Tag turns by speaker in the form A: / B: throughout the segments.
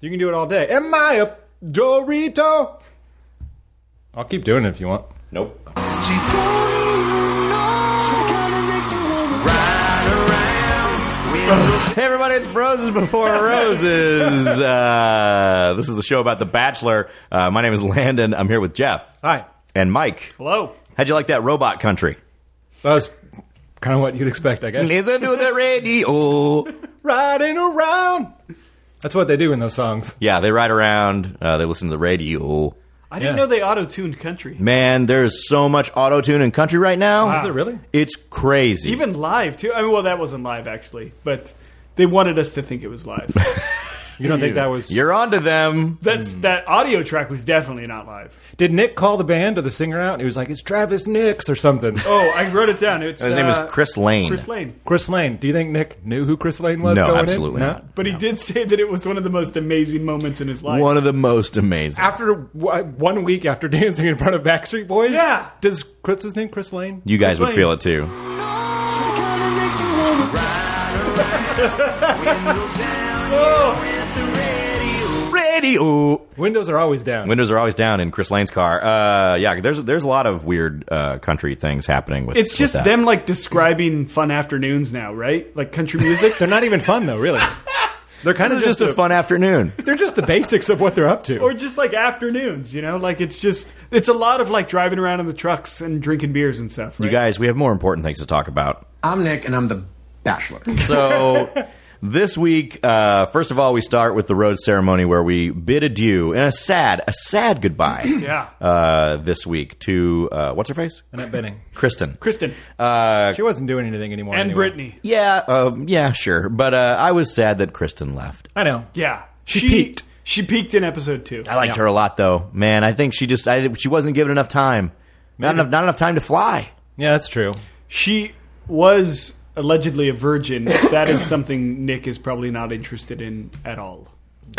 A: You can do it all day. Am I a Dorito? I'll keep doing it if you want.
B: Nope.
C: She don't even know. She's the kind that makes you wanna ride around with
B: Hey everybody, it's Broses Before Roses. uh, this is the show about The Bachelor. Uh, my name is Landon. I'm here with Jeff
A: Hi.
B: and Mike.
D: Hello.
B: How'd you like that robot country?
A: That was kind of what you'd expect, I guess.
B: Listen to the radio.
A: Riding around. That's what they do in those songs.
B: Yeah, they ride around. Uh, they listen to the radio.
D: I didn't
A: Yeah.
D: know they auto-tuned country.
B: Man, there's so much auto tune in country right now.
A: Is it really?
B: It's crazy.
D: Even live too. I mean, well, that wasn't live actually, but they wanted us to think it was live.
A: You don't think that was?
B: You're onto them.
D: That's that audio track was definitely not live.
A: Did Nick call the band or the singer out? He was like, "It's Travis Nix" or something.
D: Oh, I wrote it down. It's,
B: His name is
D: uh,
B: Chris Lane.
D: Chris Lane.
A: Chris Lane. Do you think Nick knew who Chris Lane was?
B: No,
A: going in?
B: absolutely
A: No?
B: not.
D: But he did say that it was one of the most amazing moments in his life.
B: One of the most amazing.
A: After w- one week after dancing in front of Backstreet Boys,
D: Yeah.
A: Does Chris his name Chris Lane?
B: You guys
D: Chris
B: would
D: Lane.
B: feel it too.
C: you. She's the kind that makes you wanna ride around. Windows down, you're with the radio.
B: Radio.
A: Windows are always down.
B: Windows are always down in Chris Lane's car. Uh, yeah, there's there's a lot of weird uh, country things happening with.
D: It's
B: with
D: just
B: that.
D: them like describing fun afternoons now, right? Like country music.
A: they're not even fun though, really. They're kind
B: This
A: of
B: is just a fun afternoon.
A: They're just the basics of what they're up to.
D: or just like afternoons, you know? Like it's just it's a lot of like driving around in the trucks and drinking beers and stuff.
B: You
D: right?
B: guys, we have more important things to talk about.
E: I'm Nick, and I'm the Bachelor.
B: So this week, uh, first of all, we start with the road ceremony where we bid adieu and a sad, a sad goodbye.
D: Yeah.
B: Uh, this week to uh, what's her face,
A: Annette Bening.
B: Kristen.
D: Kristen
A: She wasn't doing anything anymore.
D: and
A: anyway.
D: Brittany.
B: Yeah, um, yeah, sure. But uh, I was sad that Kristen left.
A: I know.
D: Yeah.
A: She peaked.
D: She peaked in episode 2.
B: I liked her a lot, though. Man, I think she just I, she wasn't given enough time. Not enough, not enough time to fly.
A: Yeah, that's true.
D: She was allegedly a virgin. that is something Nick is probably not interested in at all.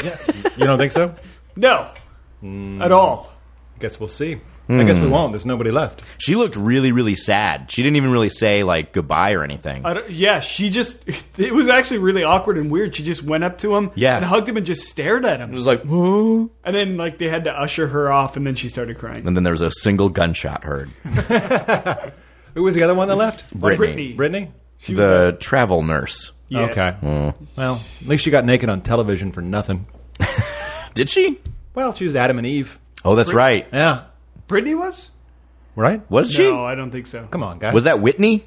A: You don't think so?
D: No.
A: Hmm.
D: At all.
A: guess we'll see. I guess
B: Hmm.
A: we won't. There's nobody left.
B: She looked really, really sad. She didn't even really say like goodbye or anything.
D: I don't- yeah, she just it was actually really awkward and weird. She just went up to him
B: Yeah.
D: and hugged him and just stared at him.
B: It was like, "Huh?"
D: And then like they had to usher her off and then she started crying.
B: and then there was a single gunshot heard.
A: Who was the other one that left?
B: Brittany,
A: Brittany?
D: She was
B: the travel nurse.
D: Yeah.
A: Okay.
B: Hmm.
A: Well, at least she got naked on television for nothing.
B: Did she?
A: Well, she was Adam and Eve.
B: Oh, that's right.
A: Yeah.
D: Brittany was?
A: Right?
B: Was she?
D: No, I don't think so.
A: Come on, guys.
B: Was Hmm. that Whitney?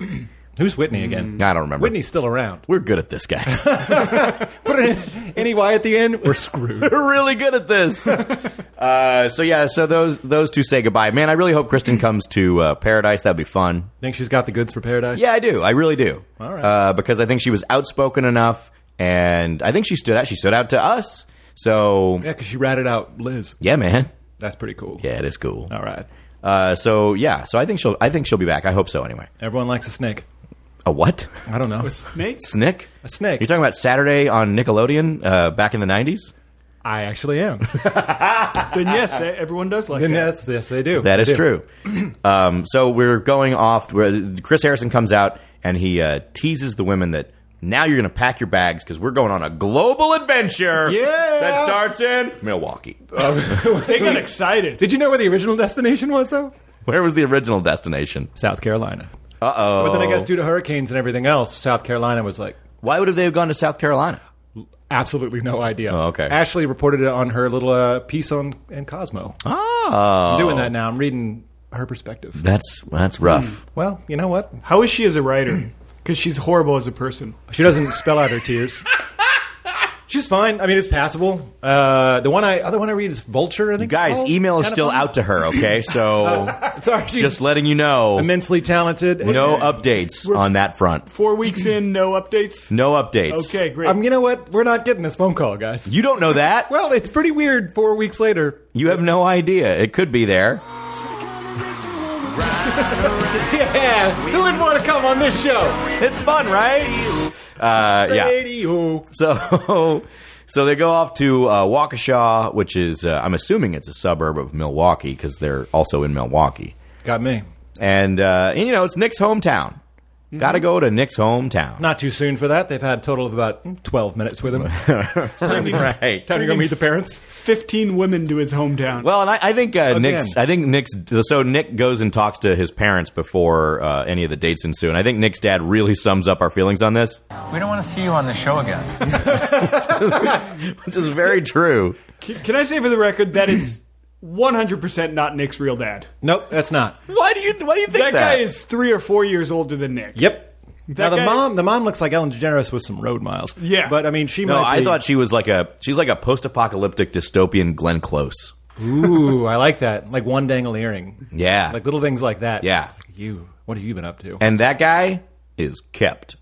A: Who's Whitney again?
B: I don't remember.
A: Whitney's still around.
B: We're good at this, guys.
A: Put an any Y at the end, we're screwed.
B: We're really good at this. Uh, so yeah, so those those two say goodbye. Man, I really hope Kristen comes to uh, Paradise. That'd be fun.
A: Think she's got the goods for paradise?
B: Yeah, I do. I really do.
A: All right.
B: Uh, because I think she was outspoken enough, and I think she stood out. She stood out to us. So
A: Yeah, because she ratted out Liz.
B: yeah, man.
A: That's pretty cool.
B: Yeah, it is cool.
A: All right.
B: Uh, so yeah, so I think she'll. I think she'll be back. I hope so. Anyway,
A: Everyone likes a snake.
B: a what?
A: I don't know.
D: Snake?
B: Snick?
A: A snake.
B: You're talking about Saturday on Nickelodeon uh, back in the '90s.
A: I actually am.
D: Then yes, eh, everyone does like
A: and
D: that.
A: that's this. They do.
B: That is
A: They do.
B: true. um, so we're going off. Where Chris Harrison comes out and he uh, teases the women that now you're going to pack your bags because we're going on a global adventure.
A: Yeah.
B: that starts in Milwaukee.
D: They got excited.
A: Did you know where the original destination was, though?
B: Where was the original destination?
A: South Carolina.
B: Uh oh.
A: But then I guess due to hurricanes and everything else, South Carolina was like
B: why would have they gone to South Carolina?
A: absolutely no idea.
B: Oh, okay.
A: Ashley reported it on her little uh, piece on and Cosmo.
B: Oh,
A: I'm doing that now. I'm reading her perspective.
B: That's that's rough.
A: Well, you know what?
D: How is she as a writer? Because she's horrible as a person.
A: She doesn't spell out her tears. She's fine. I mean, it's passable. Uh, the one I other one I read is Vulture. I think it's
B: Guys,
A: called.
B: email
A: Oh, It's
B: is
A: kinda Oh.
B: still
A: fun.
B: out to her. Okay, so
A: Sorry, she's
B: just letting you know,
A: immensely talented.
B: no updates on that front.
D: Four weeks in, no updates.
B: No updates.
D: Okay, great.
A: Um, you know what? We're not getting this phone call, guys.
B: You don't know that.
A: well, it's pretty weird. Four weeks later,
B: You have no idea. It could be there.
C: She's the kind that makes you wanna
A: yeah, who would want to come on this show?
B: It's fun, right? Uh, yeah.
A: Radio.
B: So, so they go off to uh, Waukesha, which is uh, I'm assuming it's a suburb of Milwaukee because they're also in Milwaukee,
A: Got me.
B: and, uh, and you know it's Nick's hometown. Got to go to Nick's hometown.
A: Not too soon for that. They've had a total of about 12 minutes with him. It's time to,
B: Right.
A: time to go meet the parents.
D: Fifteen women to his hometown.
B: Well, and I, I think uh, Nick's. I think Nick's. So Nick goes and talks to his parents before uh, any of the dates ensue, and I think Nick's dad really sums up our feelings on this,
F: We don't want to see you on the show again.
B: which is very true.
D: C- can I say for the record that is one hundred percent not Nick's real dad.
A: Nope, that's not.
B: Why do you? Why do you think
D: That, guy is three or four years older than Nick.
A: Yep. now the
D: guy-
A: mom, the mom looks like Ellen DeGeneres with some road miles.
D: Yeah.
A: but I mean, she.
B: No,
A: might
B: I
A: be-
B: thought she was like a. She's like a post-apocalyptic dystopian Glenn Close.
A: Ooh, I like that. Like one dangle earring.
B: Yeah.
A: Like little things like that.
B: Yeah.
A: It's like, you. What have you been up to?
B: and that guy is kept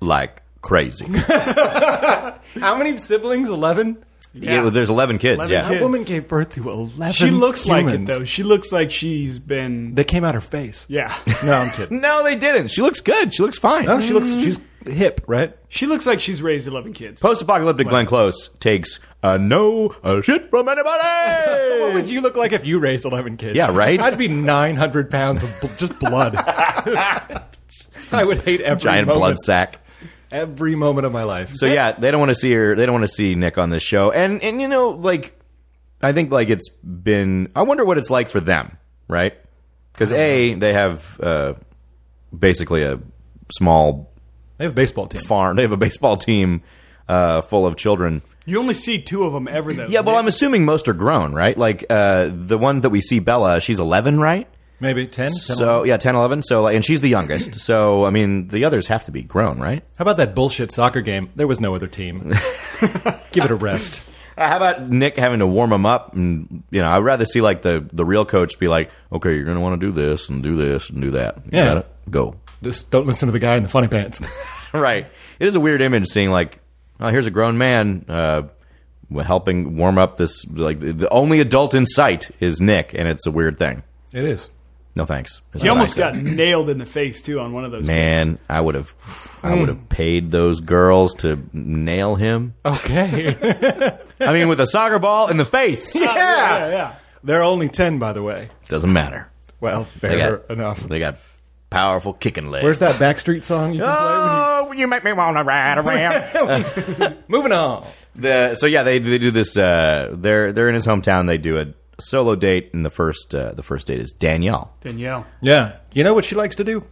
B: like crazy.
A: How many siblings? Eleven.
B: Yeah, there's 11 kids.
D: 11
B: yeah.
A: That
D: kids.
A: woman gave birth to eleven.
D: She looks like it
A: humans.
D: though. She looks like she's been.
A: That came out her face.
D: yeah.
A: No, I'm kidding.
B: No, they didn't. She looks good. She looks fine.
A: No, Oh, she looks. She's hip, right?
D: she looks like she's raised eleven kids.
B: Post-apocalyptic Glenn Close takes a no a shit from anybody.
A: What would you look like if you raised eleven kids?
B: Yeah, right?
A: I'd be nine hundred pounds of bl- just blood. I would hate every
B: Giant
A: moment,
B: blood sack.
A: every moment of my life.
B: So yeah, they don't want to see her. They don't want to see Nick on this show. And and you know, like, I think like it's been. I wonder what it's like for them, right? Because a they have uh, basically a small
A: they have a baseball team.
B: farm. They have a baseball team uh, full of children.
D: You only see two of them ever though.
B: Yeah, well, I'm assuming most are grown, right? Like uh, the one that we see, Bella, she's 11, right?
A: Maybe 10, 10
B: So yeah, 10, 11. So like, and she's the youngest. So I mean, the others have to be grown, right?
A: How about that bullshit soccer game? There was no other team. Give it a rest.
B: Uh, How about Nick having to warm them up? And you know, I'd rather see like the the real coach be like, okay, you're gonna want to do this and do this and do that. You
A: Yeah.
B: got it. Go.
A: Just don't listen to the guy in the funny pants.
B: right. It is a weird image seeing like, oh, here's a grown man uh, helping warm up this like the, the only adult in sight is Nick, and it's a weird thing.
A: It is.
B: No thanks.
D: He almost got nailed in the face too on one of those.
B: Man, I would have, I
D: Hmm.
B: would have paid those girls to nail him.
A: Okay.
B: I mean, with a soccer ball in the face.
D: Yeah,
A: yeah.
D: yeah.
A: They're only 10, by the way.
B: Doesn't matter.
A: Well,
B: They
A: fair
B: got
A: enough.
B: They got powerful kicking legs.
A: Where's that Backstreet song you can
B: Oh, you make me want to ride around.
A: play? Moving on.
B: the, so yeah, they they do this. Uh, they're they're in his hometown. They do a solo date, and the first uh, the first date is Danielle.
D: Danielle.
A: Yeah. You know what she likes to do?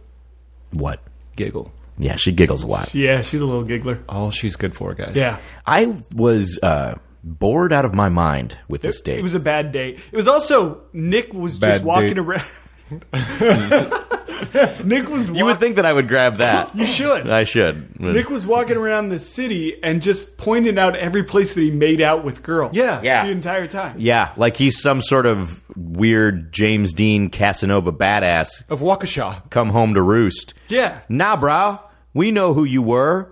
B: What?
A: Giggle.
B: Yeah, she giggles a lot.
D: Yeah, she's a little giggler.
A: All she's good for, guys.
D: Yeah.
B: I was uh, bored out of my mind with this date.
D: It was a bad date. It was also Nick was just
A: Bad
D: walking
A: date.
D: around. Nick was.
B: you would think that I would grab that.
D: you should.
B: I should.
D: Nick was walking around the city and just pointing out every place that he made out with girls.
A: Yeah.
B: Yeah.
D: The entire time.
B: Yeah, like he's some sort of weird James Dean Casanova badass
A: Of Waukesha.
B: come home to roost.
D: Yeah.
B: Nah, bro, we know who you were.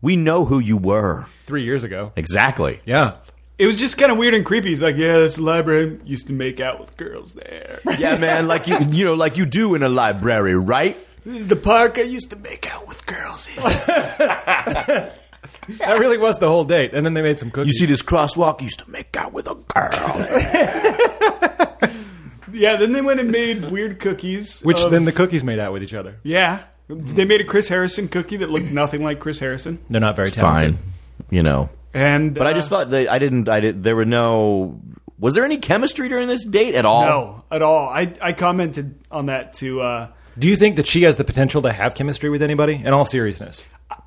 B: We know who you were.
A: Three years ago.
B: Exactly.
A: Yeah.
D: It was just kind of weird and creepy. He's like, yeah, this library used to make out with girls there.
B: Yeah, man, like you, you know, like you do in a library, right?
D: this is the park I used to make out with girls in.
A: That really was the whole date. And then they made some
B: You
A: cookies.
B: see this crosswalk? You used to make out with a girl.
D: yeah, then they went and made weird cookies.
A: which
D: of-
A: then the cookies made out with each other.
D: Yeah. They made a Chris Harrison cookie that looked nothing like Chris Harrison.
A: They're not very
B: Fine, you know.
D: And
B: But I just thought that I didn't. I did. There were no. Was there any chemistry during this date at all?
D: No, at all. I, I commented on that to. Uh,
A: Do you think that she has the potential to have chemistry with anybody? In all seriousness,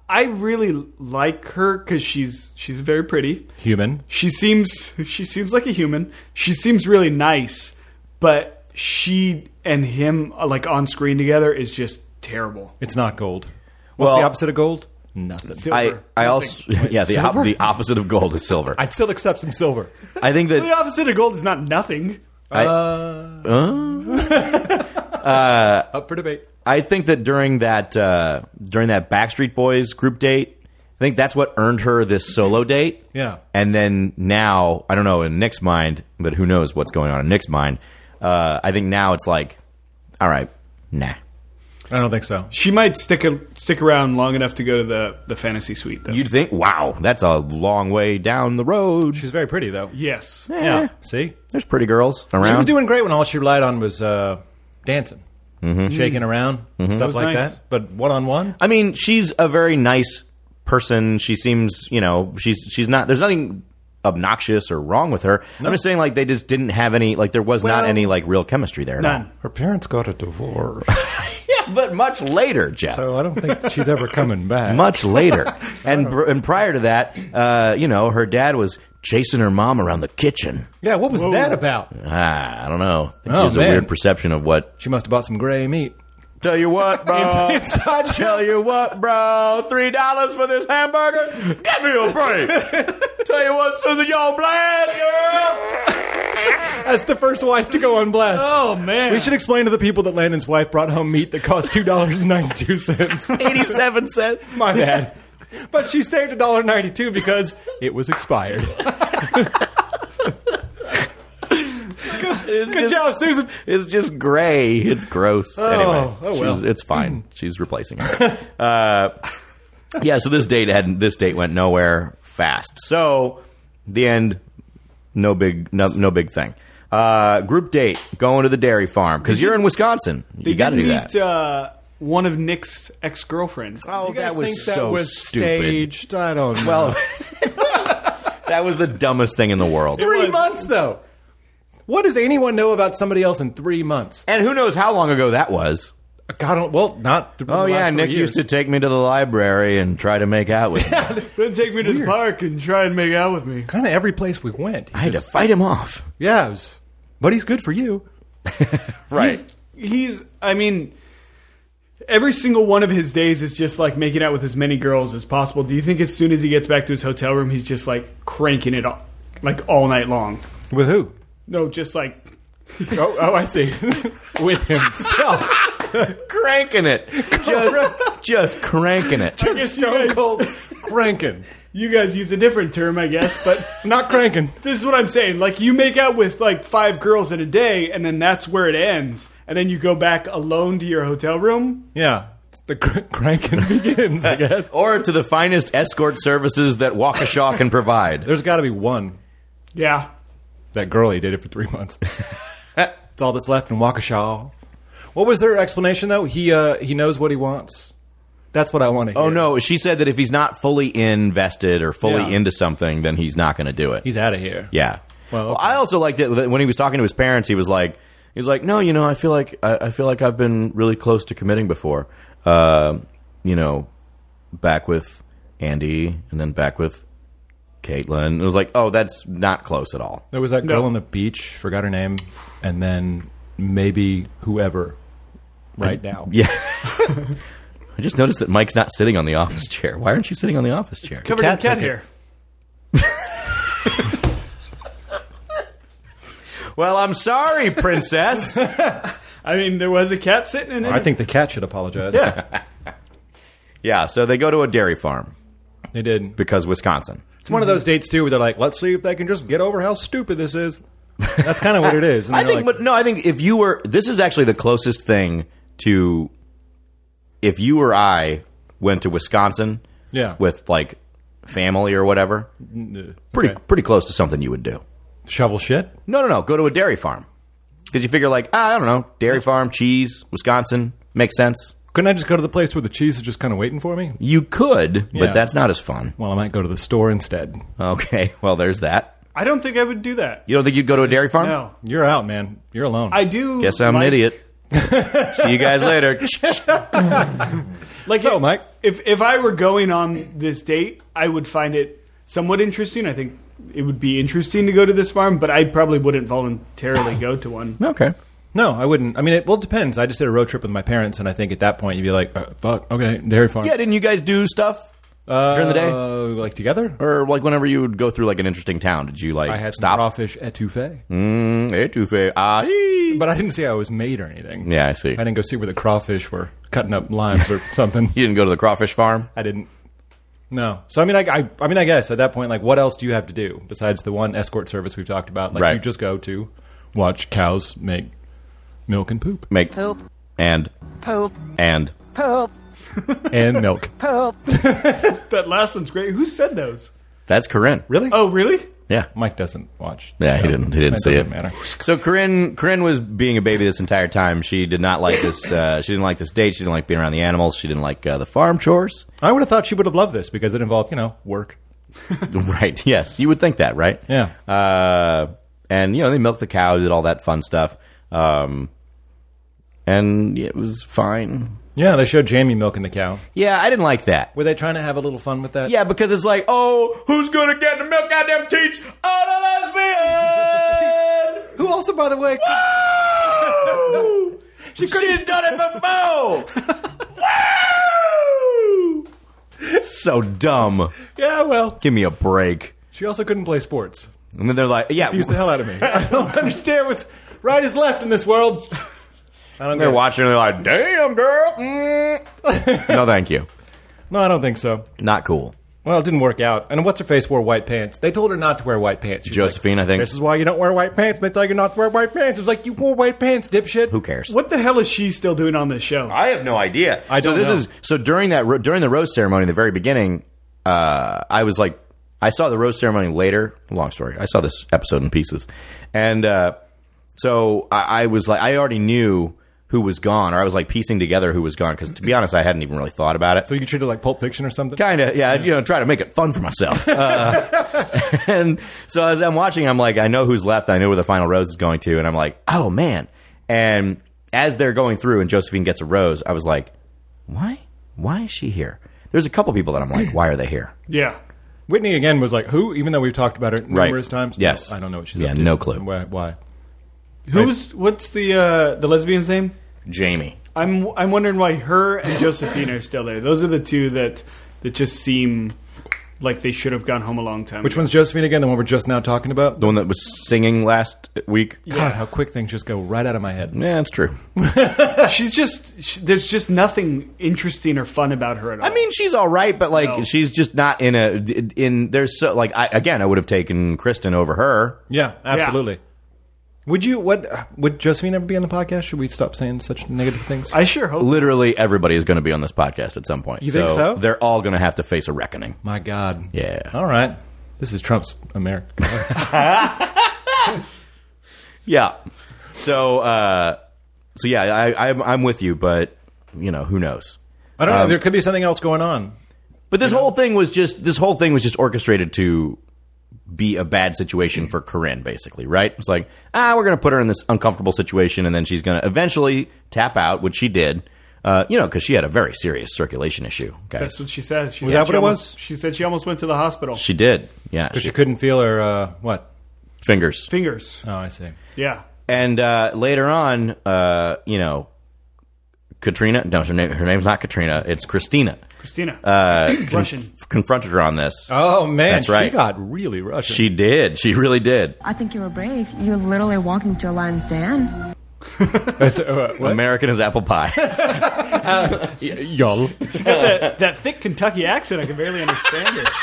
D: I really like her because she's she's very pretty.
A: human.
D: She seems she seems like a human. She seems really nice, but she and him uh, like on screen together is just terrible.
A: It's not gold. What's
B: Well-
A: the opposite of gold? Nothing.
D: Silver.
B: I, I also yeah the, op-
A: silver?
B: the opposite of gold is silver. I,
A: I'd still accept some silver.
B: think that
D: the opposite of gold is not nothing.
B: I-
A: Up for debate.
B: I think that during that uh, during that Backstreet Boys group date, I think that's what earned her this solo date.
A: Yeah.
B: And then now, I don't know in Nick's mind, but who knows what's going on in Nick's mind? Uh, I think now it's like, all right, nah.
A: I don't think so.
D: She might stick a, stick around long enough to go to the the fantasy suite though.
B: You'd think, wow, that's a long way down the road.
A: She's very pretty though.
D: yes.
A: Yeah. See,
B: There's pretty girls around.
A: she was doing great when all she relied on was uh, dancing. shaking around, stuff
D: was
A: like
D: nice.
A: that. But one on one,
B: I mean, she's a very nice person. She seems, you know, she's she's not. There's nothing obnoxious or wrong with her. I'm just saying, like, they just didn't have any. Like, there was not
A: Well-
B: any like real chemistry there. At
D: None.
A: her parents got a divorce,
B: all. But much later, Jeff.
A: so Oh, I don't think she's ever coming back.
B: much later, and br- and prior to that, uh, you know, her dad was chasing her mom around the kitchen.
A: yeah, what was that about?
B: Ah, I don't know. I think
A: Oh,
B: she has
A: man.
B: a weird perception of what.
A: She must have bought some gray meat.
B: Tell you what, bro.
A: Inside
B: Tell you what, bro. Three dollars for this hamburger? Get me a break. Tell you what, Susan, you on blast, girl.
A: That's the first wife to go on blast.
D: Oh man,
A: We should explain to the people that Landon's wife brought home meat that cost two dollars and ninety-two cents.
B: Eighty-seven cents.
A: My bad. But she saved a dollar ninety-two because it was expired.
B: It's
A: Good
B: just,
A: job, Susan.
B: It's just gray. It's gross. anyway,
A: oh, well.
B: she's- it's fine. She's replacing it. uh, yeah. So this date had this date went nowhere fast. So the end. No big. No, no big thing. Uh, group date going to the dairy farm because you're in Wisconsin. You got to do that.
D: meet uh, one of Nick's ex girlfriends.
B: Oh,
A: You guys
B: that was
A: think
B: so
A: that was
B: stupid.
A: staged? I don't know.
B: Well, that was the dumbest thing in the world.
A: three months though. What does anyone know about somebody else in three months?
B: And who knows how long ago that was?
A: God, I don't- well, not. Th-
B: Oh yeah, Nick used to take me to the library and try to make out with him.
D: Then take me to the park and try and make out with me.
A: kind of every place we went. He
B: I had to
A: just-
B: fight him off.
A: yeah, it was, but he's good for you.
D: He's, I mean, every single one of his days is just like making out with as many girls as possible. Do you think as soon as he gets back to his hotel room, he's just like cranking it all, like all night long?
A: With who?
D: No, just like
A: Oh, oh, I see. With himself.
B: cranking it. Just just cranking it.
D: guess you
A: Stone
D: guys-
A: Cold cranking.
D: you guys use a different term, I guess, but.
A: Not cranking.
D: This is what I'm saying. Like you make out with like five girls in a day, and then that's where it ends. And then you go back alone to your hotel room.
A: Yeah. The cr- cranking begins, I guess.
B: or to the finest escort services that Waukesha can provide.
A: There's got to be one.
D: Yeah,
A: That girl, he did it for three months. It's all that's left in Waukesha. What was their explanation, though? He uh, he knows what he wants. That's what I want to hear.
B: Oh no, she said that if he's not fully invested or fully
A: Yeah.
B: into something, then he's not going to do it.
A: He's out of here.
B: Yeah.
A: Well,
B: Well,
A: okay.
B: I also liked it that when he was talking to his parents. He was like, he was like, no, you know, I feel like I, I feel like I've been really close to committing before. Uh, you know, back with Andy, and then back with Caitlin. It was like, oh, that's not close at all.
A: There was that girl
D: No.
A: on the beach, forgot her name, and then maybe whoever right now.
B: Yeah. I just noticed that Mike's not sitting on the office chair. Why aren't you sitting on the office chair?
D: covered
A: Cat
D: in cat
A: took it.
D: hair.
B: Well, I'm sorry, princess.
D: I mean, there was a cat sitting in it.
A: I think the cat should apologize.
D: Yeah.
B: yeah, so they go to a dairy farm
A: They did.
B: because Wisconsin.
A: It's one of those dates, too, where they're like, let's see if they can just get over how stupid this is. That's kind of what it is. And
B: I
A: they're
B: think,
A: like,
B: but no, I think if you were, this is actually the closest thing to if you or I went to Wisconsin,
A: Yeah.
B: with like family or whatever,
A: Mm,
B: pretty pretty close to something you would do.
A: shovel shit?
B: No, no, no, go to a dairy farm because you figure like ah, I don't know, dairy farm, cheese, Wisconsin makes sense.
A: Couldn't I just go to the place where the cheese is just kind of waiting for me?
B: You could,
A: Yeah.
B: but that's not as fun.
A: Well, I might go to the store instead.
B: Okay, well, there's that.
D: I don't think I would do that.
B: You don't think you'd go to a dairy farm?
D: No,
A: You're out, man. You're alone.
D: I do.
B: Guess I'm
D: like-
B: an idiot. See you guys later.
D: Like
A: So,
D: if-
A: Mike?
D: if if I were going on this date, I would find it somewhat interesting. I think it would be interesting to go to this farm, but I probably wouldn't voluntarily go to one.
B: okay.
A: no, I wouldn't. I mean, it well it depends. I just did a road trip with my parents, and I think at that point you'd be like, uh, "Fuck, okay, dairy farm."
B: Yeah, didn't you guys do stuff
A: uh,
B: during the day?
A: like together.
B: or like whenever you would go through like an interesting town, did you like
A: I had some
B: stop?
A: crawfish etouffee,
B: Mm, étouffée. Ah, ee.
A: but I didn't say I was made or anything.
B: yeah, I see.
A: I didn't go see where the crawfish were cutting up limes or something.
B: you didn't go to the crawfish farm.
A: I didn't. No. So I mean, I, I, I mean, I guess at that point, like, what else do you have to do besides the one escort service we've talked about? Like,
B: Right.
A: you just go to watch cows make milk and poop
B: Make poop and
G: Poop.
B: and
G: Poop.
A: and milk.
G: Poop.
D: That last one's great. Who said those?
B: that's Corinne.
A: Really?
D: Oh, really?
B: Yeah.
A: Mike doesn't watch. the
B: Yeah, he
A: show.
B: didn't- he didn't
A: That
B: see
A: doesn't
B: it.
A: Matter.
B: So Corinne, Corinne was being a baby this entire time. She did not like this. Uh, she didn't like this date. She didn't like being around the animals. She didn't like uh, the farm chores.
A: I would have thought she would have loved this because it involved, you know, work.
B: right. Yes, you would think that, right?
A: Yeah.
B: Uh, and you know they milked the cow, did all that fun stuff, um, and it was fine.
A: Yeah, they showed Jamie milking the cow.
B: Yeah, I didn't like that.
A: Were they trying to have a little fun with that?
B: Yeah, because it's like, oh, who's gonna get the milk out them teats? Oh, the lesbian.
A: Who also, by the way,
B: Woo! She's done it before. Woo! So dumb.
A: yeah, well,
B: Give me a break.
A: she also couldn't play sports.
B: And then they're like, yeah,
A: Confused the hell out of me. I don't understand what's right is left in this world. I don't
B: they're
A: get it.
B: watching and they're like, damn, girl. Mm. no, thank you.
A: No, I don't think so.
B: Not cool.
A: Well, it didn't work out. And what's her face wore white pants. They told her not to wear white pants. She was
B: Josephine, I think.
A: This is why you don't wear white pants. They tell you not to wear white pants. It was like you wore white pants, dipshit.
B: Who cares?
D: What the hell is she still doing on this show?
B: I have no idea.
A: I
B: so
A: don't
B: this
A: know.
B: is so during that ro- during the rose ceremony, in the very beginning, uh, I was like, I saw the rose ceremony later. Long story. I saw this episode in pieces, and uh, so I, I was like, I already knew who was gone, or I was like piecing together who was gone because to be honest, I hadn't even really thought about it.
A: So you could treat it like Pulp Fiction or something.
B: Kind of, yeah, You know, try to make it fun for myself. Uh, and so as I'm watching, I'm like, I know who's left. I know where the final rose is going to, and I'm like, oh man. And as they're going through, and Josephine gets a rose, I was like, why? Why is she here? There's a couple people that I'm like, why are they here?
D: yeah.
A: Whitney again was like, "Who?" Even though we've talked about her
B: Right.
A: numerous times.
B: Yes.
A: No, I don't know what she's.
B: Yeah,
A: up to.
B: no clue.
A: Why? why?
D: Who's what's the uh, the lesbian's name?
B: Jamie.
D: I'm I'm wondering why her and Josephine are still there. Those are the two that that just seem like they should have gone home a long time.
A: Which one's Josephine again? The one we're just now talking about.
B: The one that was singing last week. Yeah,
A: God, how quick things just go right out of my head.
B: that's true.
D: She's just she, there's just nothing interesting or fun about her at all.
B: I mean, she's all right, but like,
D: No.
B: she's just not in a in. There's so like, I, again, I would have taken Kristen over her.
A: Yeah, absolutely. Would you? What would Josephine ever be on the podcast? Should we stop saying such negative things?
D: I sure hope.
B: literally everybody is going to be on this podcast at some point. You
A: think so?
B: They're all going to have to face a reckoning.
A: my God.
B: Yeah.
A: All right. This is Trump's America.
B: Yeah. So, uh, so yeah, I, I'm, I'm with you, but you know who knows.
A: I don't know. There could be something else going on.
B: But this whole thing was just this whole thing was just orchestrated to be a bad situation for Corinne, basically, right? It's like ah, we're going to put her in this uncomfortable situation, and then she's going to eventually tap out, which she did. Uh, you know, because she had a very serious circulation issue, guys.
D: That's what she said. She
A: Was
D: said
A: that
D: she
A: what it
D: almost-
A: was?
D: She said she almost went to the hospital.
B: she did, yeah.
A: She
B: She,
A: couldn't feel her. Uh, what?
B: fingers.
D: Fingers.
A: Oh, I see.
D: Yeah.
B: And uh, later on, uh, you know, Katrina. No, her name. Her name's not Katrina. It's Christina.
D: Christina. Uh, Russian.
B: F- confronted her on this.
A: Oh man,
B: That's right.
A: She got really Russian.
B: She did. She really did.
G: I think you were brave. You literally walked into a lion's den.
A: That's, uh, what?
B: American as apple pie.
A: Y'all.
D: that, that thick Kentucky accent, I can barely understand it.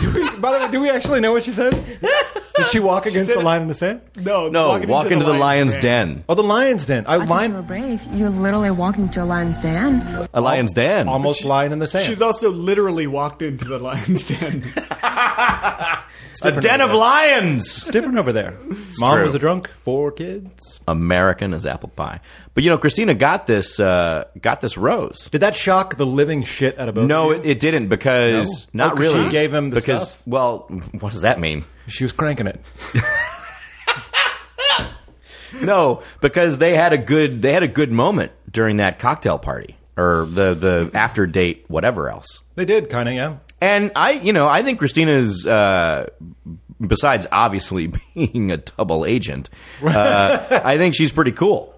A: Do we, by the way, do we actually know what she said? Did she walk against the line in the sand?
D: No,
B: No,
D: walking
B: walk into, the, lion's, den.
A: Oh, the lion's den. I,
G: I think you were
A: lion,
G: brave. You literally walked into a lion's den.
B: A lion's den.
A: almost lying in the sand.
D: She's also literally walked into the lion's den.
B: a den of lions.
A: it's different over there. Mom
B: true.
A: was a drunk, four kids.
B: American as apple pie. But you know, Christina got this. Uh, got this rose.
A: Did that shock the living shit out of both?
B: No,
A: of you?
B: it, it didn't because
A: No?
B: not
A: Oh, 'cause
B: really.
A: she gave him the
B: because
A: stuff?
B: well, what does that mean?
A: she was cranking it.
B: No, because they had a good they had a good moment during that cocktail party or the the after date whatever else.
A: They did, kind of, yeah.
B: And I, you know, I think Christina's uh, besides obviously being a double agent, uh, I think she's pretty cool.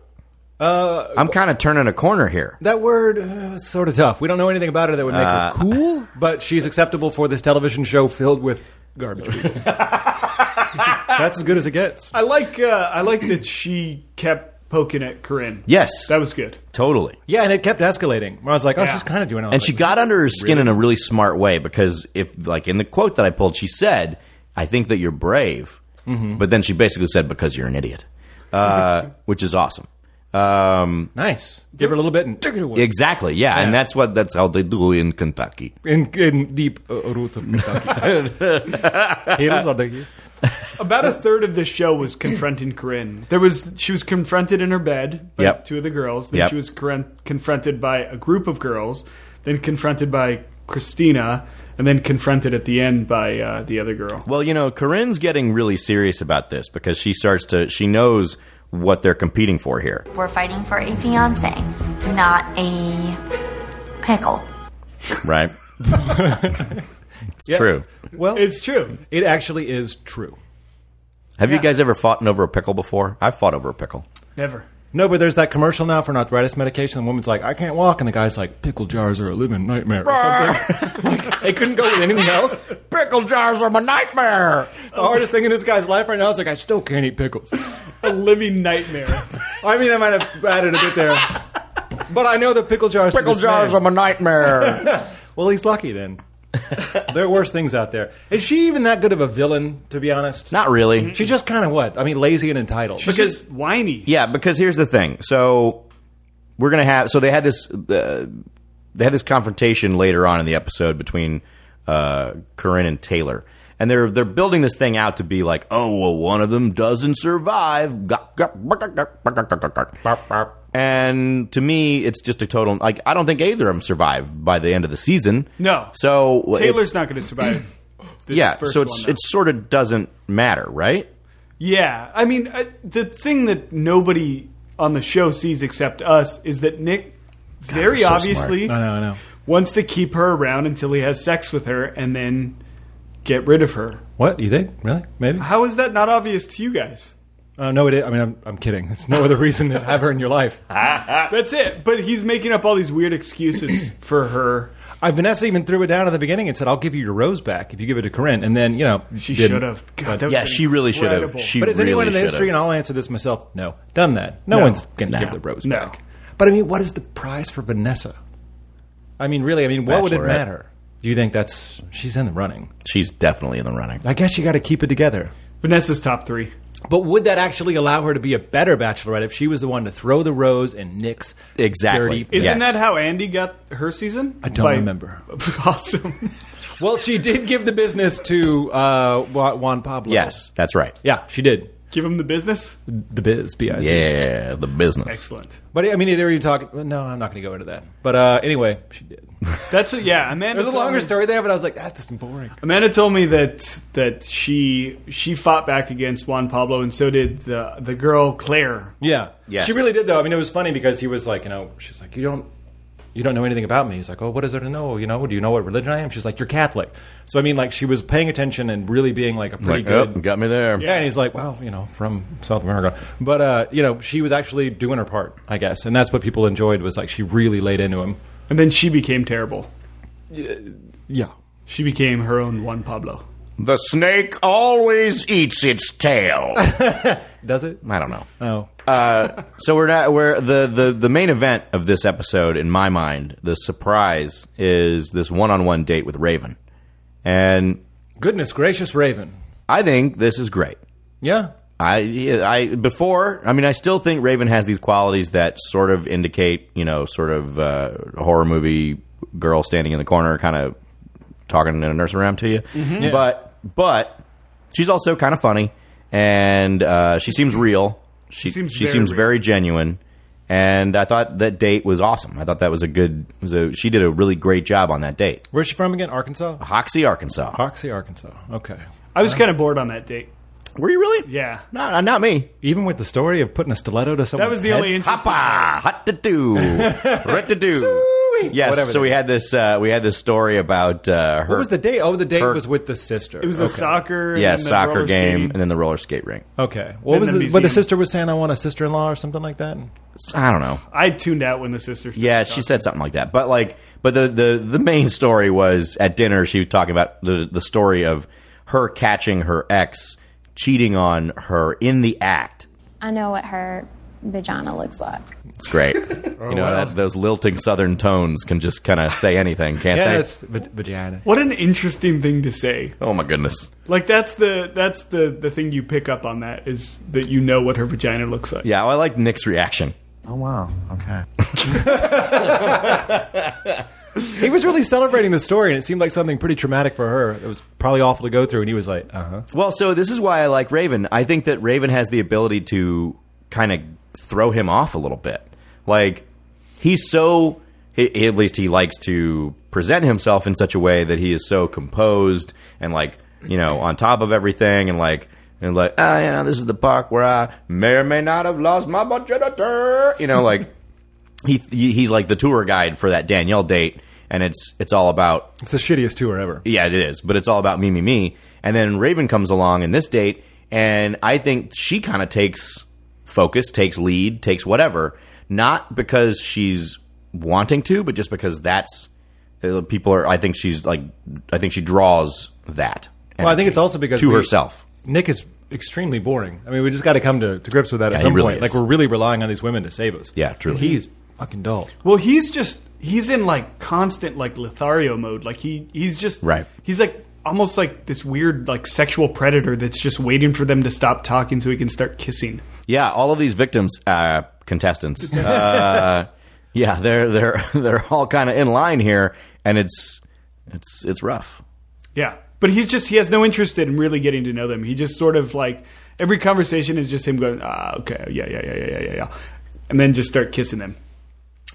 B: Uh, I'm kind of turning a corner here.
A: That word uh, is sort of tough. We don't know anything about her that would make her cool, but she's acceptable for this television show filled with garbage people. That's as good as it gets.
D: I like uh, I like that she kept poking at Corinne.
B: Yes,
D: That was good.
B: totally.
A: Yeah, and it kept escalating. Where I was like, oh,
D: Yeah.
A: she's kind of doing all
B: And she got under her skin in a really smart way because if, like, in the quote that I pulled, she said, "I think that you're brave," but then she basically said, "Because you're an idiot," uh, which is awesome. Um,
A: Nice. Give her a little bit and take it away.
B: exactly, yeah, and that's what that's how they do in Kentucky.
A: in, in deep uh, roots of Kentucky. Hills are the
D: About a third of the show was confronting Corinne. There was she was confronted in her bed by
B: Yep.
D: two of the girls. Then
B: Yep.
D: she was corren- confronted by a group of girls. Then confronted by Christina, and then confronted at the end by uh, the other girl.
B: Well, you know, Corinne's getting really serious about this because she starts to she knows what they're competing for here.
H: We're fighting for a fiance, not a pickle.
B: right? it's true.
A: Well,
D: It's true.
A: it actually is true.
B: Have you guys ever fought over a pickle before? I've fought over a pickle.
D: Never.
A: No, but there's that commercial now for an arthritis medication. The woman's like, I can't walk. And the guy's like, pickle jars are a living nightmare. Or something. they couldn't go with anything else.
B: Pickle jars are my nightmare.
A: The hardest thing in this guy's life right now is like, I still can't eat pickles.
D: A living nightmare.
A: I mean, I might have added a bit there. But I know the pickle jars. to
B: Pickle
A: this
B: jars
A: man.
B: are my nightmare.
A: Well, he's lucky then. there are worse things out there. Is she even that good of a villain, to be honest?
B: Not really.
A: She's just kind of what? I mean, lazy and entitled.
D: because whiny.
B: Yeah, because here's the thing. So we're gonna have. So they had this. Uh, they had this confrontation later on in the episode between uh, Corinne and Taylor, and they're they're building this thing out to be like, oh well, one of them doesn't survive. And to me, it's just a total. Like I don't think either of them survive by the end of the season.
D: No.
B: So it-
D: Taylor's not going to survive. This
B: yeah.
D: first
B: So it's
D: one, though.
B: it sort of doesn't matter, right?
D: Yeah, I mean, I, the thing that nobody on the show sees except us is that Nick very
B: we're so
D: obviously
A: I know, I know.
D: wants to keep her around until he has sex with her and then get rid of her.
A: What? You think? Really? Maybe?
D: How is that not obvious to you guys?
A: Uh, no, it is. I mean, I'm, I'm kidding. There's no other reason to have her in your life.
D: That's it. But he's making up all these weird excuses for her.
A: I, Vanessa even threw it down at the beginning and said, I'll give you your rose back if you give it to Corinne. And then, you know.
D: She
A: didn't.
D: should have. God, that
B: Yeah,
D: would've
B: she
D: been
B: really should have.
D: incredible.
B: She
A: But is
B: really
A: anyone in the
B: should
A: history,
B: have.
A: and I'll answer this myself, no, done that. No, one's going to give the rose
D: No.
A: back. But I mean, what is the prize for Vanessa? I mean, really, I mean, what would it
B: Bachelorette.
A: matter? Do you think that's. She's in the running.
B: She's definitely in the running.
A: I guess you got to keep it together.
D: Vanessa's top three.
A: But would that actually allow her to be a better bachelorette if she was the one to throw the rose and Nick's
B: Exactly.
A: dirty?
B: Yes.
D: Isn't that how Andy got her season? I
A: don't remember.
D: Awesome.
A: Well, she did give the business to uh, Wa- Juan Pablo.
B: Yes, that's right.
A: Yeah, she did.
D: Give him the business.
A: The biz, B I Z.
B: Yeah, the business.
D: Excellent.
A: But I mean, either you talk. No, I'm not going to go into that. But uh, anyway, she did.
D: That's what, yeah. Amanda.
A: There's a
D: told
A: longer
D: me-
A: story there, but I was like, that's just boring.
D: Amanda told me that that she she fought back against Juan Pablo, and so did the the girl Claire.
A: Yeah,
B: Yes.
A: She really did, though. I mean, it was funny because he was like, you know, she's like, you don't, you don't know anything about me. He's like, oh, what is there to know? You know, do you know what religion I am? She's like, you're Catholic. So I mean, like, she was paying attention and really being like a pretty
B: Like,
A: good.
B: oh, got me there.
A: Yeah, and he's like, well, you know, from South America, but uh, you know, she was actually doing her part, I guess, and that's what people enjoyed was like she really laid into him.
D: And then she became terrible.
A: Yeah,
D: She became her own Juan Pablo.
B: The snake always eats its tail.
A: does it?
B: I don't know.
A: Oh,
B: Uh, So we're not. We're the, the the main event of this episode, in my mind, the surprise is this one on one date with Raven, and
A: goodness gracious, Raven.
B: I think this is great.
A: Yeah,
B: I yeah, I before. I mean, I still think Raven has these qualities that sort of indicate, you know, sort of uh, horror movie girl standing in the corner, kind of talking in a nursery rhyme to you.
D: Mm-hmm.
B: But but she's also kind of funny, and uh, she seems real. She
D: seems
B: she
D: very
B: seems
D: real.
B: very genuine. And I thought that date was awesome. I thought that was a good. Was a, she did a really great job on that date.
A: where's she from again? Arkansas,
B: Hoxie, Arkansas.
A: Hoxie, Arkansas. Okay,
D: I was kind of bored on that date.
B: Were you really?
D: Yeah.
B: No, not me.
A: even with the story of putting a stiletto to someone.
D: That was the only interesting.
B: Hoppa, hot to do, red to do. Yes.
A: Whatever
B: so
A: they-
B: we had this. Uh, we had this story about uh, her.
A: What was the date? Oh, the date
B: Her-
A: was with the sister.
D: It was the soccer. and
B: Yeah,
D: then the
B: soccer
D: roller
B: game,
D: skating.
B: and then the roller skate rink.
A: Okay. What was
D: the
A: the, but the
D: museum.
A: sister was saying I want a sister in law or something like that?
B: S- I don't know.
D: I tuned out when the sisters.
B: Yeah, she said something like that. But like, but the the the main story was at dinner. She was talking about the the story of her catching her ex cheating on her in the act.
I: I know what her vagina looks like.
B: It's great. you know,
A: Oh, wow.
B: that, those lilting southern tones can just kind of say anything, can't
A: Yeah,
B: they?
A: that's v- vagina.
D: What an interesting thing to say.
B: Oh my goodness.
D: Like that's the that's the the thing you pick up on that is that you know what her vagina looks like.
B: Yeah, well, I liked Nick's reaction.
F: Oh, wow. Okay.
A: He was really celebrating the story, and it seemed like something pretty traumatic for her. It was probably awful to go through, and he was like, "Uh huh."
B: Well, so this is why I like Raven. I think that Raven has the ability to kind of throw him off a little bit. Like he's so he, at least he likes to present himself in such a way that he is so composed and like, you know, on top of everything and like and like, ah, you know, this is the park where I may or may not have lost my budget. You know, like he he- he's like the tour guide for that Danielle date and it's it's all about
A: It's the shittiest tour ever.
B: yeah, it is, but it's all about me, me, me. And then Raven comes along in this date, and I think she kind of takes focus, takes lead, takes whatever, not because she's wanting to, but just because that's uh, people are. I think she's like, I think she draws that.
A: Well, I
B: energy
A: think it's also because
B: to
A: we-
B: herself.
A: Nick is extremely boring. I mean, we just got to come to, to grips with that at
B: Yeah, he
A: some
B: really
A: point. Like
B: is.
A: we're really relying on these women to save us.
B: Yeah, truly.
A: He's fucking dull.
D: Well, he's just he's in like constant like Lothario mode. Like he he's just
B: Right.
D: He's like almost like this weird like sexual predator that's just waiting for them to stop talking so he can start kissing.
B: Yeah, all of these victims, uh, contestants. Uh, yeah, they're they're they're all kind of in line here, and it's it's it's rough.
D: Yeah. But he's just he has no interest in really getting to know them. He just sort of like every conversation is just him going, "Ah, okay. Yeah, yeah, yeah, yeah, yeah, yeah, yeah." And then just start kissing them.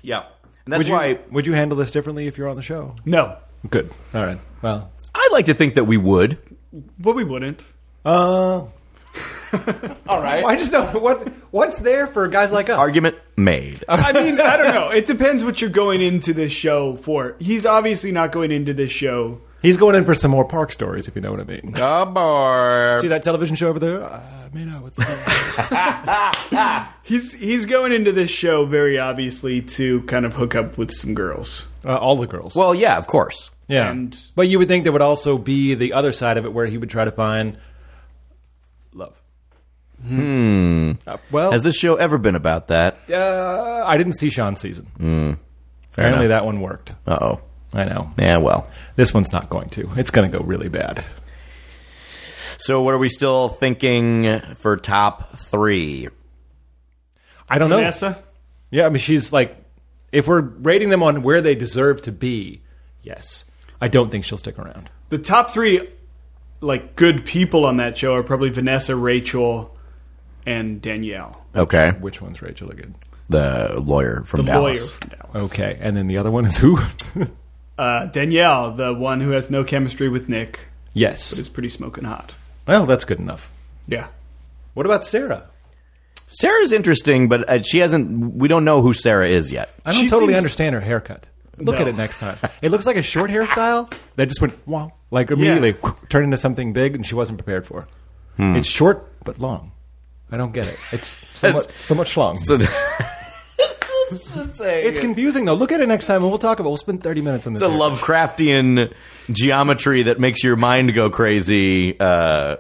B: Yeah, and that's
A: Would you,
B: why
A: would you handle this differently if you were on the show?
D: No.
A: Good. All right. Well,
B: I'd like to think that we would.
D: But we wouldn't.
A: uh, all right. I just don't. What what's there for guys like us?
B: Argument made.
D: I mean, I don't know. It depends what you're going into this show for. He's obviously not going into this show.
A: He's going in for some more park stories, if you know what I mean. See
B: Abar.
A: that television show over there? I made out with.
D: He's he's going into this show very obviously to kind of hook up with some girls.
A: Uh, all the girls.
B: Well, yeah, of course.
A: yeah.
D: and-
A: but you would think there would also be the other side of it where he would try to find love. Hmm. Uh, well,
B: Has this show ever been about that?
A: uh, I didn't see Sean's season. Apparently, that one worked.
B: Uh oh.
A: I know.
B: Yeah, well.
A: This one's not going to. It's going to go really bad.
B: So, what are we still thinking for top three?
A: I
B: Oh.
A: don't know.
D: Vanessa,
A: Yeah, I mean, she's like, if we're rating them on where they deserve to be, yes. I don't think she'll stick around.
D: the top three like good people on that show are probably Vanessa, Rachel, and Danielle,
B: Okay.
A: Which one's Rachel again?
B: The lawyer from
D: the
B: Dallas. Oh.
D: lawyer from Dallas.
A: Okay, and then the other one is who?
D: Uh, Danielle, the one who has no chemistry with Nick, is
A: yes.
D: pretty smoking hot.
A: Well, that's good enough.
D: Yeah.
A: What about Sarah?
B: Sarah's interesting, but uh, she hasn't. We don't know who Sarah is yet.
A: I don't
D: She
A: totally
D: seems-
A: understand her haircut. Look
D: No.
A: at it next time. It looks like a short hairstyle that just went wow, like immediately turned into something big, and she wasn't prepared for. It's short but long. I don't get it. It's somewhat,
B: It's-
A: somewhat long.
B: So-
A: It's confusing though. Look at it next time, and we'll talk about. We'll spend thirty minutes on this.
B: It's a
A: haircut.
B: Lovecraftian geometry that makes your mind go crazy uh,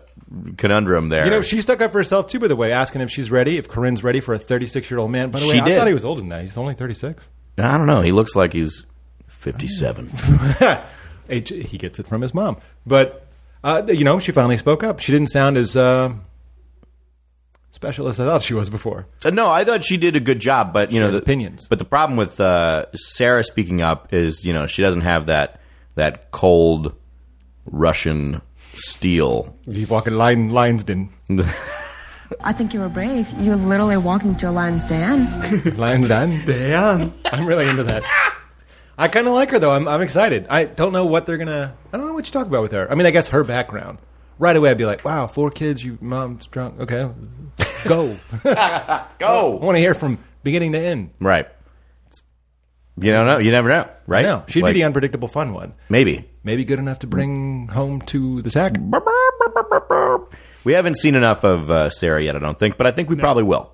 B: conundrum there.
A: You know, she stuck up for herself too. By the way, asking if she's ready, if Corinne's ready for a thirty-six-year-old man. By the way,
B: She
A: I
B: did.
A: thought he was older than that. He's only thirty-six.
B: I don't know. He looks like he's 57.
A: It- he gets it from his mom. But uh, you know, she finally spoke up. She didn't sound as uh, special as I thought she was before.
B: Uh, No, I thought she did a good job, but you know
A: has
B: the,
A: opinions.
B: But the problem with uh, Sarah speaking up is, you know, she doesn't have that that cold Russian steel.
A: You walking line lion's den,
G: I think you were brave. You literally walked into a lion's den.
A: lion's den.
D: Damn.
A: I'm really into that. I kind of like her though. I'm, I'm excited. I don't know what they're gonna. I don't know what you talk about with her. I mean, I guess her background. Right away, I'd be like, "Wow, four kids. You mom's drunk. Okay, go. I
B: Go
A: want to hear from beginning to end."
B: right. You don't know. You never know, right?
A: No, she'd
B: Like,
A: be the unpredictable fun one.
B: maybe.
A: Maybe good enough to bring home to the sack.
B: We haven't seen enough of uh, Sarah yet, I don't think, but I think we probably will.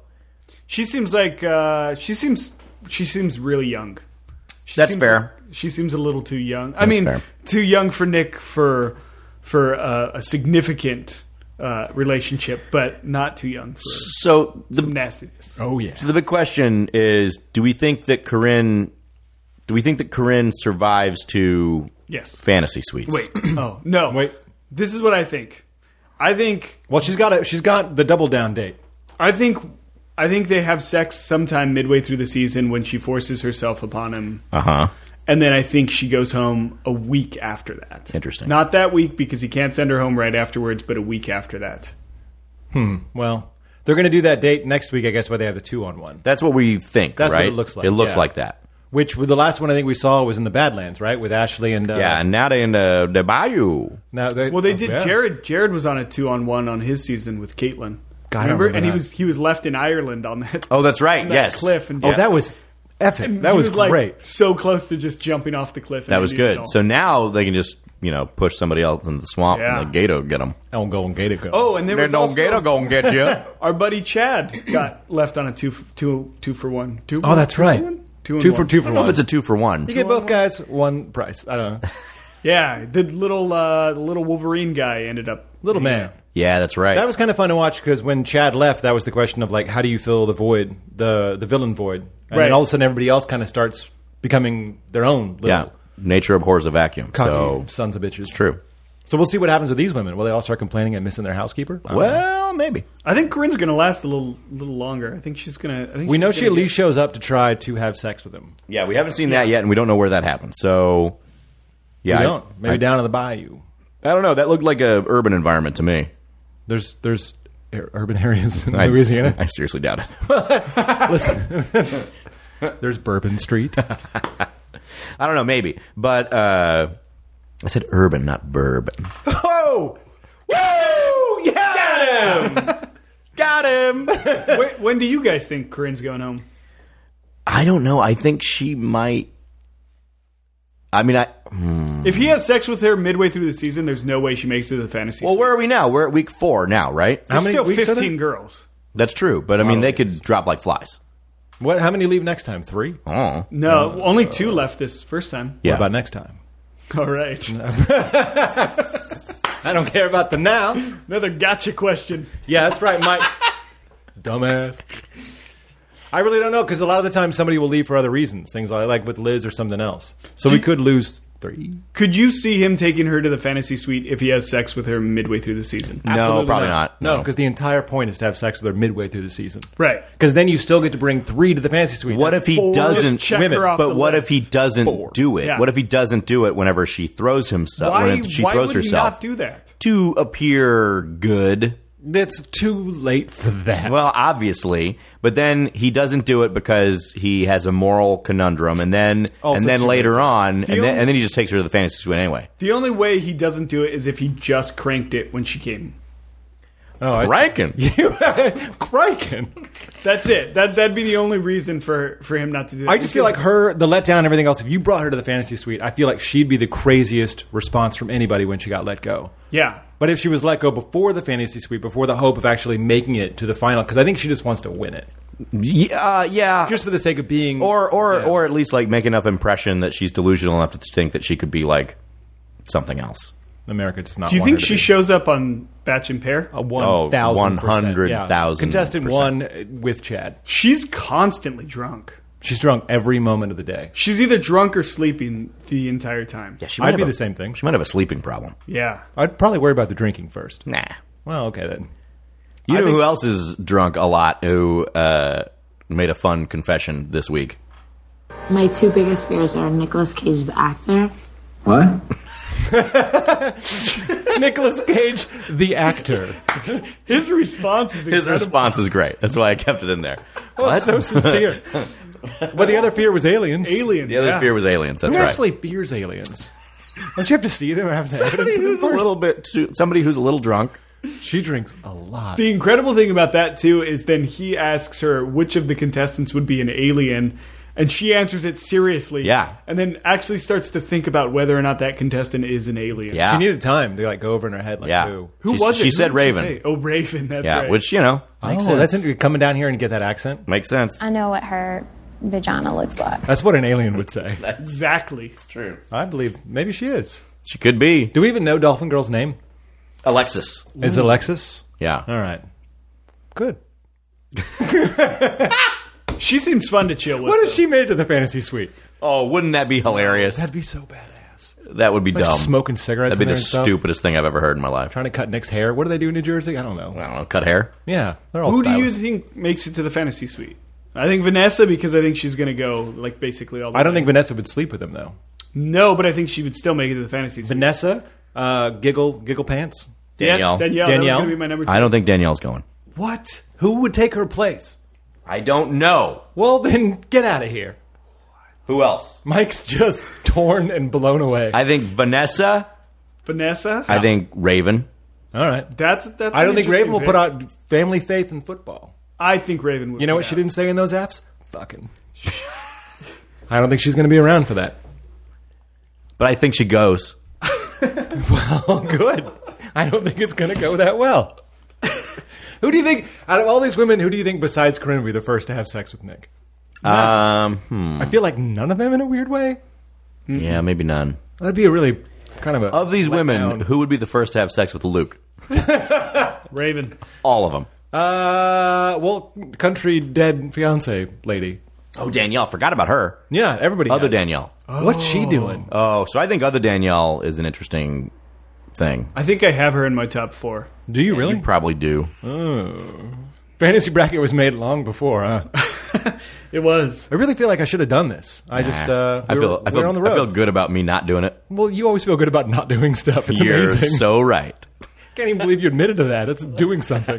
D: She seems like uh, she seems she seems really young. She
B: That's
D: seems-
B: fair.
D: she seems a little too young. I mean,
B: fair.
D: too young for Nick for for uh, a significant uh, relationship, but not too young for
B: So the
D: some nastiness.
A: Oh yeah.
B: So the big question is: Do we think that Corinne? Do we think that Corinne survives to
D: Yes.
B: fantasy suites?
D: Wait. oh no.
A: Wait.
D: This is what I think. I think
A: Well, she's got a, she's got the double down date.
D: I think I think they have sex sometime midway through the season when she forces herself upon him.
B: Uh huh.
D: And then I think she goes home a week after that.
B: Interesting.
D: Not that week because he can't send her home right afterwards, but a week after that.
A: Well, they're going to do that date next week, I guess, where they have the two on one.
B: That's what we think,
A: That's what
B: right?
A: it looks like,
B: It looks
A: yeah.
B: like that.
A: Which with the last one I think we saw was in the Badlands, right? With Ashley and uh,
B: yeah, and now they're in the, the bayou.
A: Now they,
D: Well, they did.
A: Oh, yeah.
D: Jared Jared was on a two on one on his season with Caitlin.
A: God, I don't
D: remember?
A: remember
D: and he
A: that.
D: was he was left in Ireland on that.
B: Oh, that's right.
D: on that
B: yes.
D: cliff. And
A: Oh,
D: just-
A: that was epic.
D: and
A: That
D: he
A: was,
D: like,
A: great.
D: So close to just jumping off the cliff. and
B: That was
D: ending it
B: good.
D: all.
B: So now they can just, you know, push somebody else into the swamp
D: Yeah.
B: and the gator get them.
A: I don't go and Gator go.
D: oh, and there was also
B: going get you.
D: our buddy Chad got left on a two f- two two for one. Two.
A: oh, that's right.
D: Two, and
A: two
D: one.
A: for two for
B: I don't know if
A: one.
B: it's a two for one.
A: you get both guys one price. I don't know.
D: Yeah, the little uh, the little Wolverine guy ended up
A: Little man.
B: Yeah, that's right.
A: That was kind of fun to watch because when Chad left, that was the question of like, how do you fill the void, the the villain void, and
D: Right.
A: then all of a sudden everybody else kind of starts becoming their own. Little
B: yeah. Nature abhors a vacuum.
A: cocky
B: So
A: sons of bitches.
B: it's true.
A: So we'll see what happens with these women. Will they all start complaining and missing their housekeeper? I don't know.
B: Well, maybe.
D: I think Corinne's gonna last a little little longer. I think she's gonna. I think
A: we
D: she's
A: know she at
D: gonna
A: least shows up to try to have sex with him.
B: Yeah, we haven't seen that yet, and we don't know where that happened. So, yeah,
A: we
B: I-
A: don't. Maybe
B: I,
A: down in the bayou.
B: I don't know. That looked like a urban environment to me.
A: There's there's ur- urban areas in
B: I-
A: Louisiana.
B: I seriously doubt it.
A: Listen, there's Bourbon Street.
B: I don't know. Maybe, but uh, I said urban, not bourbon.
A: Oh, woo! Yeah,
B: Got him.
D: get- Wait, when do you guys think Corinne's going home?
B: I don't know. I think she might. I mean, I.
A: Mm.
D: If he has sex with her midway through the season, there's no way she makes it to the fantasy.
B: Well, where are we now? We're at week four now, right?
A: How many
D: Still
A: weeks are there?
D: fifteen girls.
B: That's true, but I mean, they could drop like flies.
A: What? How many leave next time? Three. What
B: Oh,
D: No,
A: Uh,
D: only two left this first time.
B: yeah.
A: about next time?
D: All right,
A: I don't care about the now.
D: another gotcha question.
A: Yeah, that's right, Mike. Dumbass. I really don't know because a lot of the time somebody will leave for other reasons, things like like with Liz or something else. So we could lose three.
D: Could you see him taking her to the fantasy suite if he has sex with her midway through the season?
B: No, probably not.
A: No,
B: No.
A: because the entire point is to have sex with her midway through the season.
D: Right.
A: Because then you still get to bring three to the fantasy suite.
B: What
A: That's
B: if he
A: four
B: doesn't?
D: check
A: women.
D: her off
B: But
D: the
B: what if
D: list.
B: he doesn't
A: Four.
B: do it?
D: Yeah.
B: What if he doesn't do it whenever she throws himself?
D: Why?
B: when she
D: why
B: throws
D: would
B: herself
D: he not do that?
B: to appear good.
A: That's too late for that.
B: Well, obviously, but then he doesn't do it because he has a moral conundrum, and then
A: Also
B: and then
A: true.
B: later on, and then,
D: only-
B: and then he just takes her to the fantasy suite anyway.
D: The only way he doesn't do it is if he just cranked it when she came.
A: oh, I see.
B: Rankin,
A: Criken.
D: That's it. That that'd be the only reason for for him not to do that.
A: I just feel like her, the letdown, and everything else. If you brought her to the fantasy suite, I feel like she'd be the craziest response from anybody when she got let go.
D: yeah.
A: But if she was let go before the fantasy suite, before the hope of actually making it to the final, because I think she just wants to win it,
B: yeah, uh, yeah,
A: just for the sake of being.
B: or or
A: Yeah.
B: or at least like make enough impression that she's delusional enough to think that she could be like something else.
A: America does not.
D: Do you
A: want
D: think
A: her to
D: she
A: be.
D: shows up on Batch and Pair?
A: A
B: Oh,
A: 1,000
B: 100,000%.
A: Contestant one uh, with Chad.
D: She's constantly drunk.
A: She's drunk every moment of the day.
D: She's either drunk or sleeping the entire time.
B: Yeah, she
A: I'd
B: have
A: be
B: a-
A: the same thing.
B: She might have a sleeping problem.
D: Yeah.
A: I'd probably worry about the drinking first.
B: Nah.
A: Well, okay then.
B: You know who else is drunk a lot? Who uh, made a fun confession this week?
J: My two biggest fears are Nicolas Cage, the actor,
E: What?
A: Nicholas Cage, the actor.
D: His response is
B: His
D: incredible.
B: response is great. That's why I kept it in there.
A: That's so sincere. but the other fear was aliens.
D: Aliens.
B: The other
D: yeah.
B: fear was aliens. That's
A: Who
B: right.
A: actually fears aliens? Don't you have to see them or have the evidence of them
B: a
A: first?
B: little bit. Too, somebody who's a little drunk.
A: She drinks a lot.
D: The incredible thing about that too is then he asks her which of the contestants would be an alien, and she answers it seriously.
B: Yeah.
D: and then actually starts to think about whether or not that contestant is an alien.
B: Yeah.
A: She needed time to like go over in her head like
B: Ah. yeah.
A: who.
D: who
B: she,
D: was it?
B: She
D: Who
B: said
D: did
B: Raven.
D: say? Oh, Raven. That's
B: yeah,
D: right.
B: which you know makes
A: oh,
B: sense.
A: that's interesting. Coming down here and get that accent.
B: makes sense.
I: I know what her vagina looks like.
A: That's what an alien would say.
D: exactly. It's
B: true.
A: I believe maybe she is.
B: She could be
A: Do we even know Dolphin Girl's name?
B: Alexis.
A: Is it Alexis?
B: Yeah.
A: All right. Good.
D: She seems fun to chill with.
A: What if
D: though.
A: she made it to the fantasy suite?
B: Oh, wouldn't that be hilarious?
A: That'd be so badass.
B: That would be
A: Like
B: dumb.
A: smoking cigarettes.
B: That'd be
A: in
B: the
A: there and stuff.
B: stupidest thing I've ever heard in my life.
A: Trying to cut Nick's hair. What do they do in New Jersey? I don't know.
B: I don't know. Cut hair.
A: Yeah, they're all.
D: Who do you
A: stylists.
D: think makes it to the fantasy suite? I think Vanessa because I think she's going to go like basically all. The
A: I don't
D: way.
A: think Vanessa would sleep with him though.
D: no, but I think she would still make it to the fantasy. suite.
A: Vanessa, uh, giggle, giggle pants.
B: Danielle.
D: Yes, Danielle. That was
A: Danielle?
D: going to be my number two.
B: I don't think Danielle's going.
A: What? Who would take her place?
B: I don't know.
A: Well, then get out of here.
B: Who else?
A: Mike's just torn and blown away.
B: I think Vanessa.
D: Vanessa.
B: I think Raven.
A: All right.
D: that's that's.
A: I
D: an
A: don't think Raven
D: interesting
A: will
D: pick.
A: put out family faith in football.
D: I think Raven. Would
A: You know
D: put
A: what she
D: out.
A: didn't say in those apps? Fucking. I don't think she's going to be around for that.
B: But I think she goes.
A: Well, Oh, good. I don't think it's going to go that well. who do you think, out of all these women, who do you think besides Corinne would be the first to have sex with Nick?
B: Um, hmm.
A: I feel like none of them in a weird way.
B: Yeah, maybe none.
A: That'd be a really kind of a.
B: Of these women,
A: letdown.
B: who would be the first to have sex with Luke?
D: Raven.
B: All of them.
A: Uh, well, country dead fiance lady.
B: Oh, Danielle. Forgot about her.
A: Yeah, everybody.
B: Other
A: has.
B: Danielle.
A: What's she doing?
B: Oh, so I think other Danielle is an interesting thing.
D: I think I have her in my top four.
A: Do you really?
B: You probably do.
A: Fantasy bracket was made long before, huh?
D: It was.
A: I really feel like I should have done this. I just, uh,
B: I
A: we
B: feel,
A: were,
B: I feel,
A: we're on the road.
B: I feel good about me not doing it.
A: Well, you always feel good about not doing stuff. It's
B: You're
A: amazing.
B: so right.
A: Can't even believe you admitted to that. It's doing something.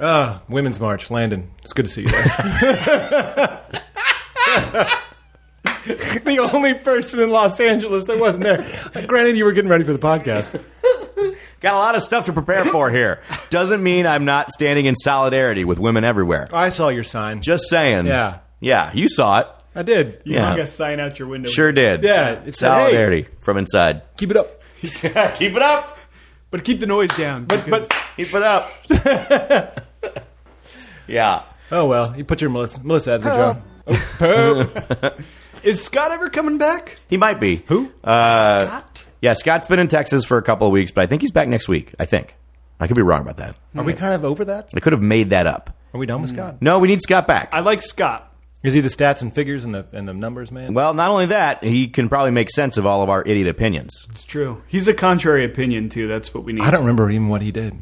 A: Ah, Women's March, Landon. It's good to see you. There. the only person in Los Angeles that wasn't there. Granted, you were getting ready for the podcast.
B: Got a lot of stuff to prepare for here. Doesn't mean I'm not standing in solidarity with women everywhere.
A: I saw your sign.
B: Just saying.
A: Yeah.
B: Yeah, you saw it.
A: I did.
D: You
B: Yeah.
D: hung a sign out your window.
B: Sure did.
A: Yeah, it said,
B: Solidarity from inside.
A: Keep it up.
B: Keep it up.
D: But keep the noise down.
A: But,
D: because-
A: but
B: Keep it up. yeah.
A: oh well, you put your Melissa, Melissa out of the job. Oh, poop.
D: is Scott ever coming back?
B: He might be.
A: Who?
B: Uh,
D: Scott?
B: Yeah, Scott's been in Texas for a couple of weeks, but I think he's back next week. I think. I could be wrong about that.
A: Are we kind of over that? Hmm.
B: I could have made that up.
A: Are we done with Scott?
B: No, we need Scott back.
D: I like Scott.
A: Is he the stats and figures and the and the numbers man?
B: Well, not only that, he can probably make sense of all of our idiot opinions.
D: It's true. He's a contrary opinion too. That's what we need.
A: I don't remember even what he did.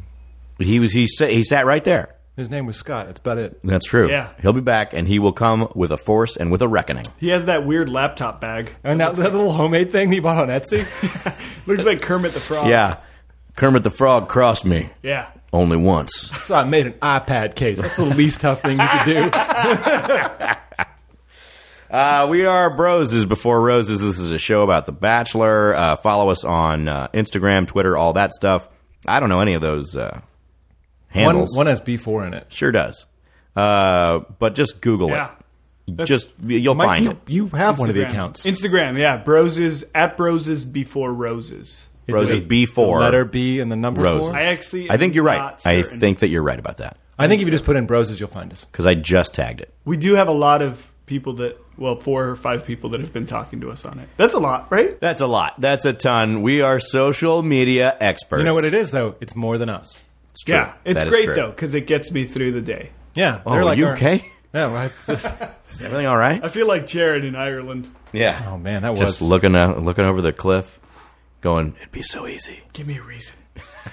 B: He was he sa- he sat right there.
A: His name was Scott. That's about it.
B: That's true.
D: Yeah.
B: He'll be back, and he will come with a force and with a reckoning.
D: He has that weird laptop bag.
A: And that, that little homemade thing that you bought on Etsy.
D: Looks like Kermit the Frog.
B: Yeah. Kermit the Frog crossed me
D: Yeah.
B: only once.
A: so I made an iPad case. That's the least tough thing you could do.
B: Uh, we are Broses Before Roses. This is a show about The Bachelor. Uh, follow us on uh, Instagram, Twitter, all that stuff. I don't know any of those uh,
A: One,
B: handles.
A: one has B4 in it.
B: Sure does. Uh, but just Google
D: Yeah.
B: it. Just you'll
A: Mike,
B: find
A: you,
B: it.
A: you have one of the
D: Instagram.
A: accounts.
D: Instagram, yeah. Broses at broses before roses.
A: Is
B: Roses
A: it
B: B4.
A: the letter B and the number
B: Roses.
A: four.
D: I actually
B: I think
D: am
B: you're right.
D: not
B: I
D: certain.
B: think that you're right about that
A: I think if you just put in broses, you'll find us.
B: because I just tagged it.
D: we do have a lot of people that well, four or five people that have been talking to us on it. That's a lot, right?
B: That's a lot. That's a ton. We are social media experts.
A: You know what it is though? It's more than us.
B: It's true.
D: Yeah. It's
B: That is
D: great
B: true.
D: though, because it gets me through the day.
A: Yeah.
B: Oh, are you
A: our-
B: okay?
A: Yeah. Right. It's just-
B: Is everything all right?
D: I feel like Jared in Ireland.
B: Yeah.
A: oh man, that
B: just
A: was.
B: looking uh, looking over the cliff, going, "It'd be so easy."
D: Give me a reason.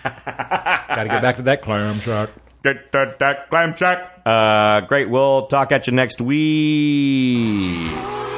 A: Got to get back to that clam shark.
B: Get that, that clam shack. Uh, great. We'll talk at you next week.
C: She told me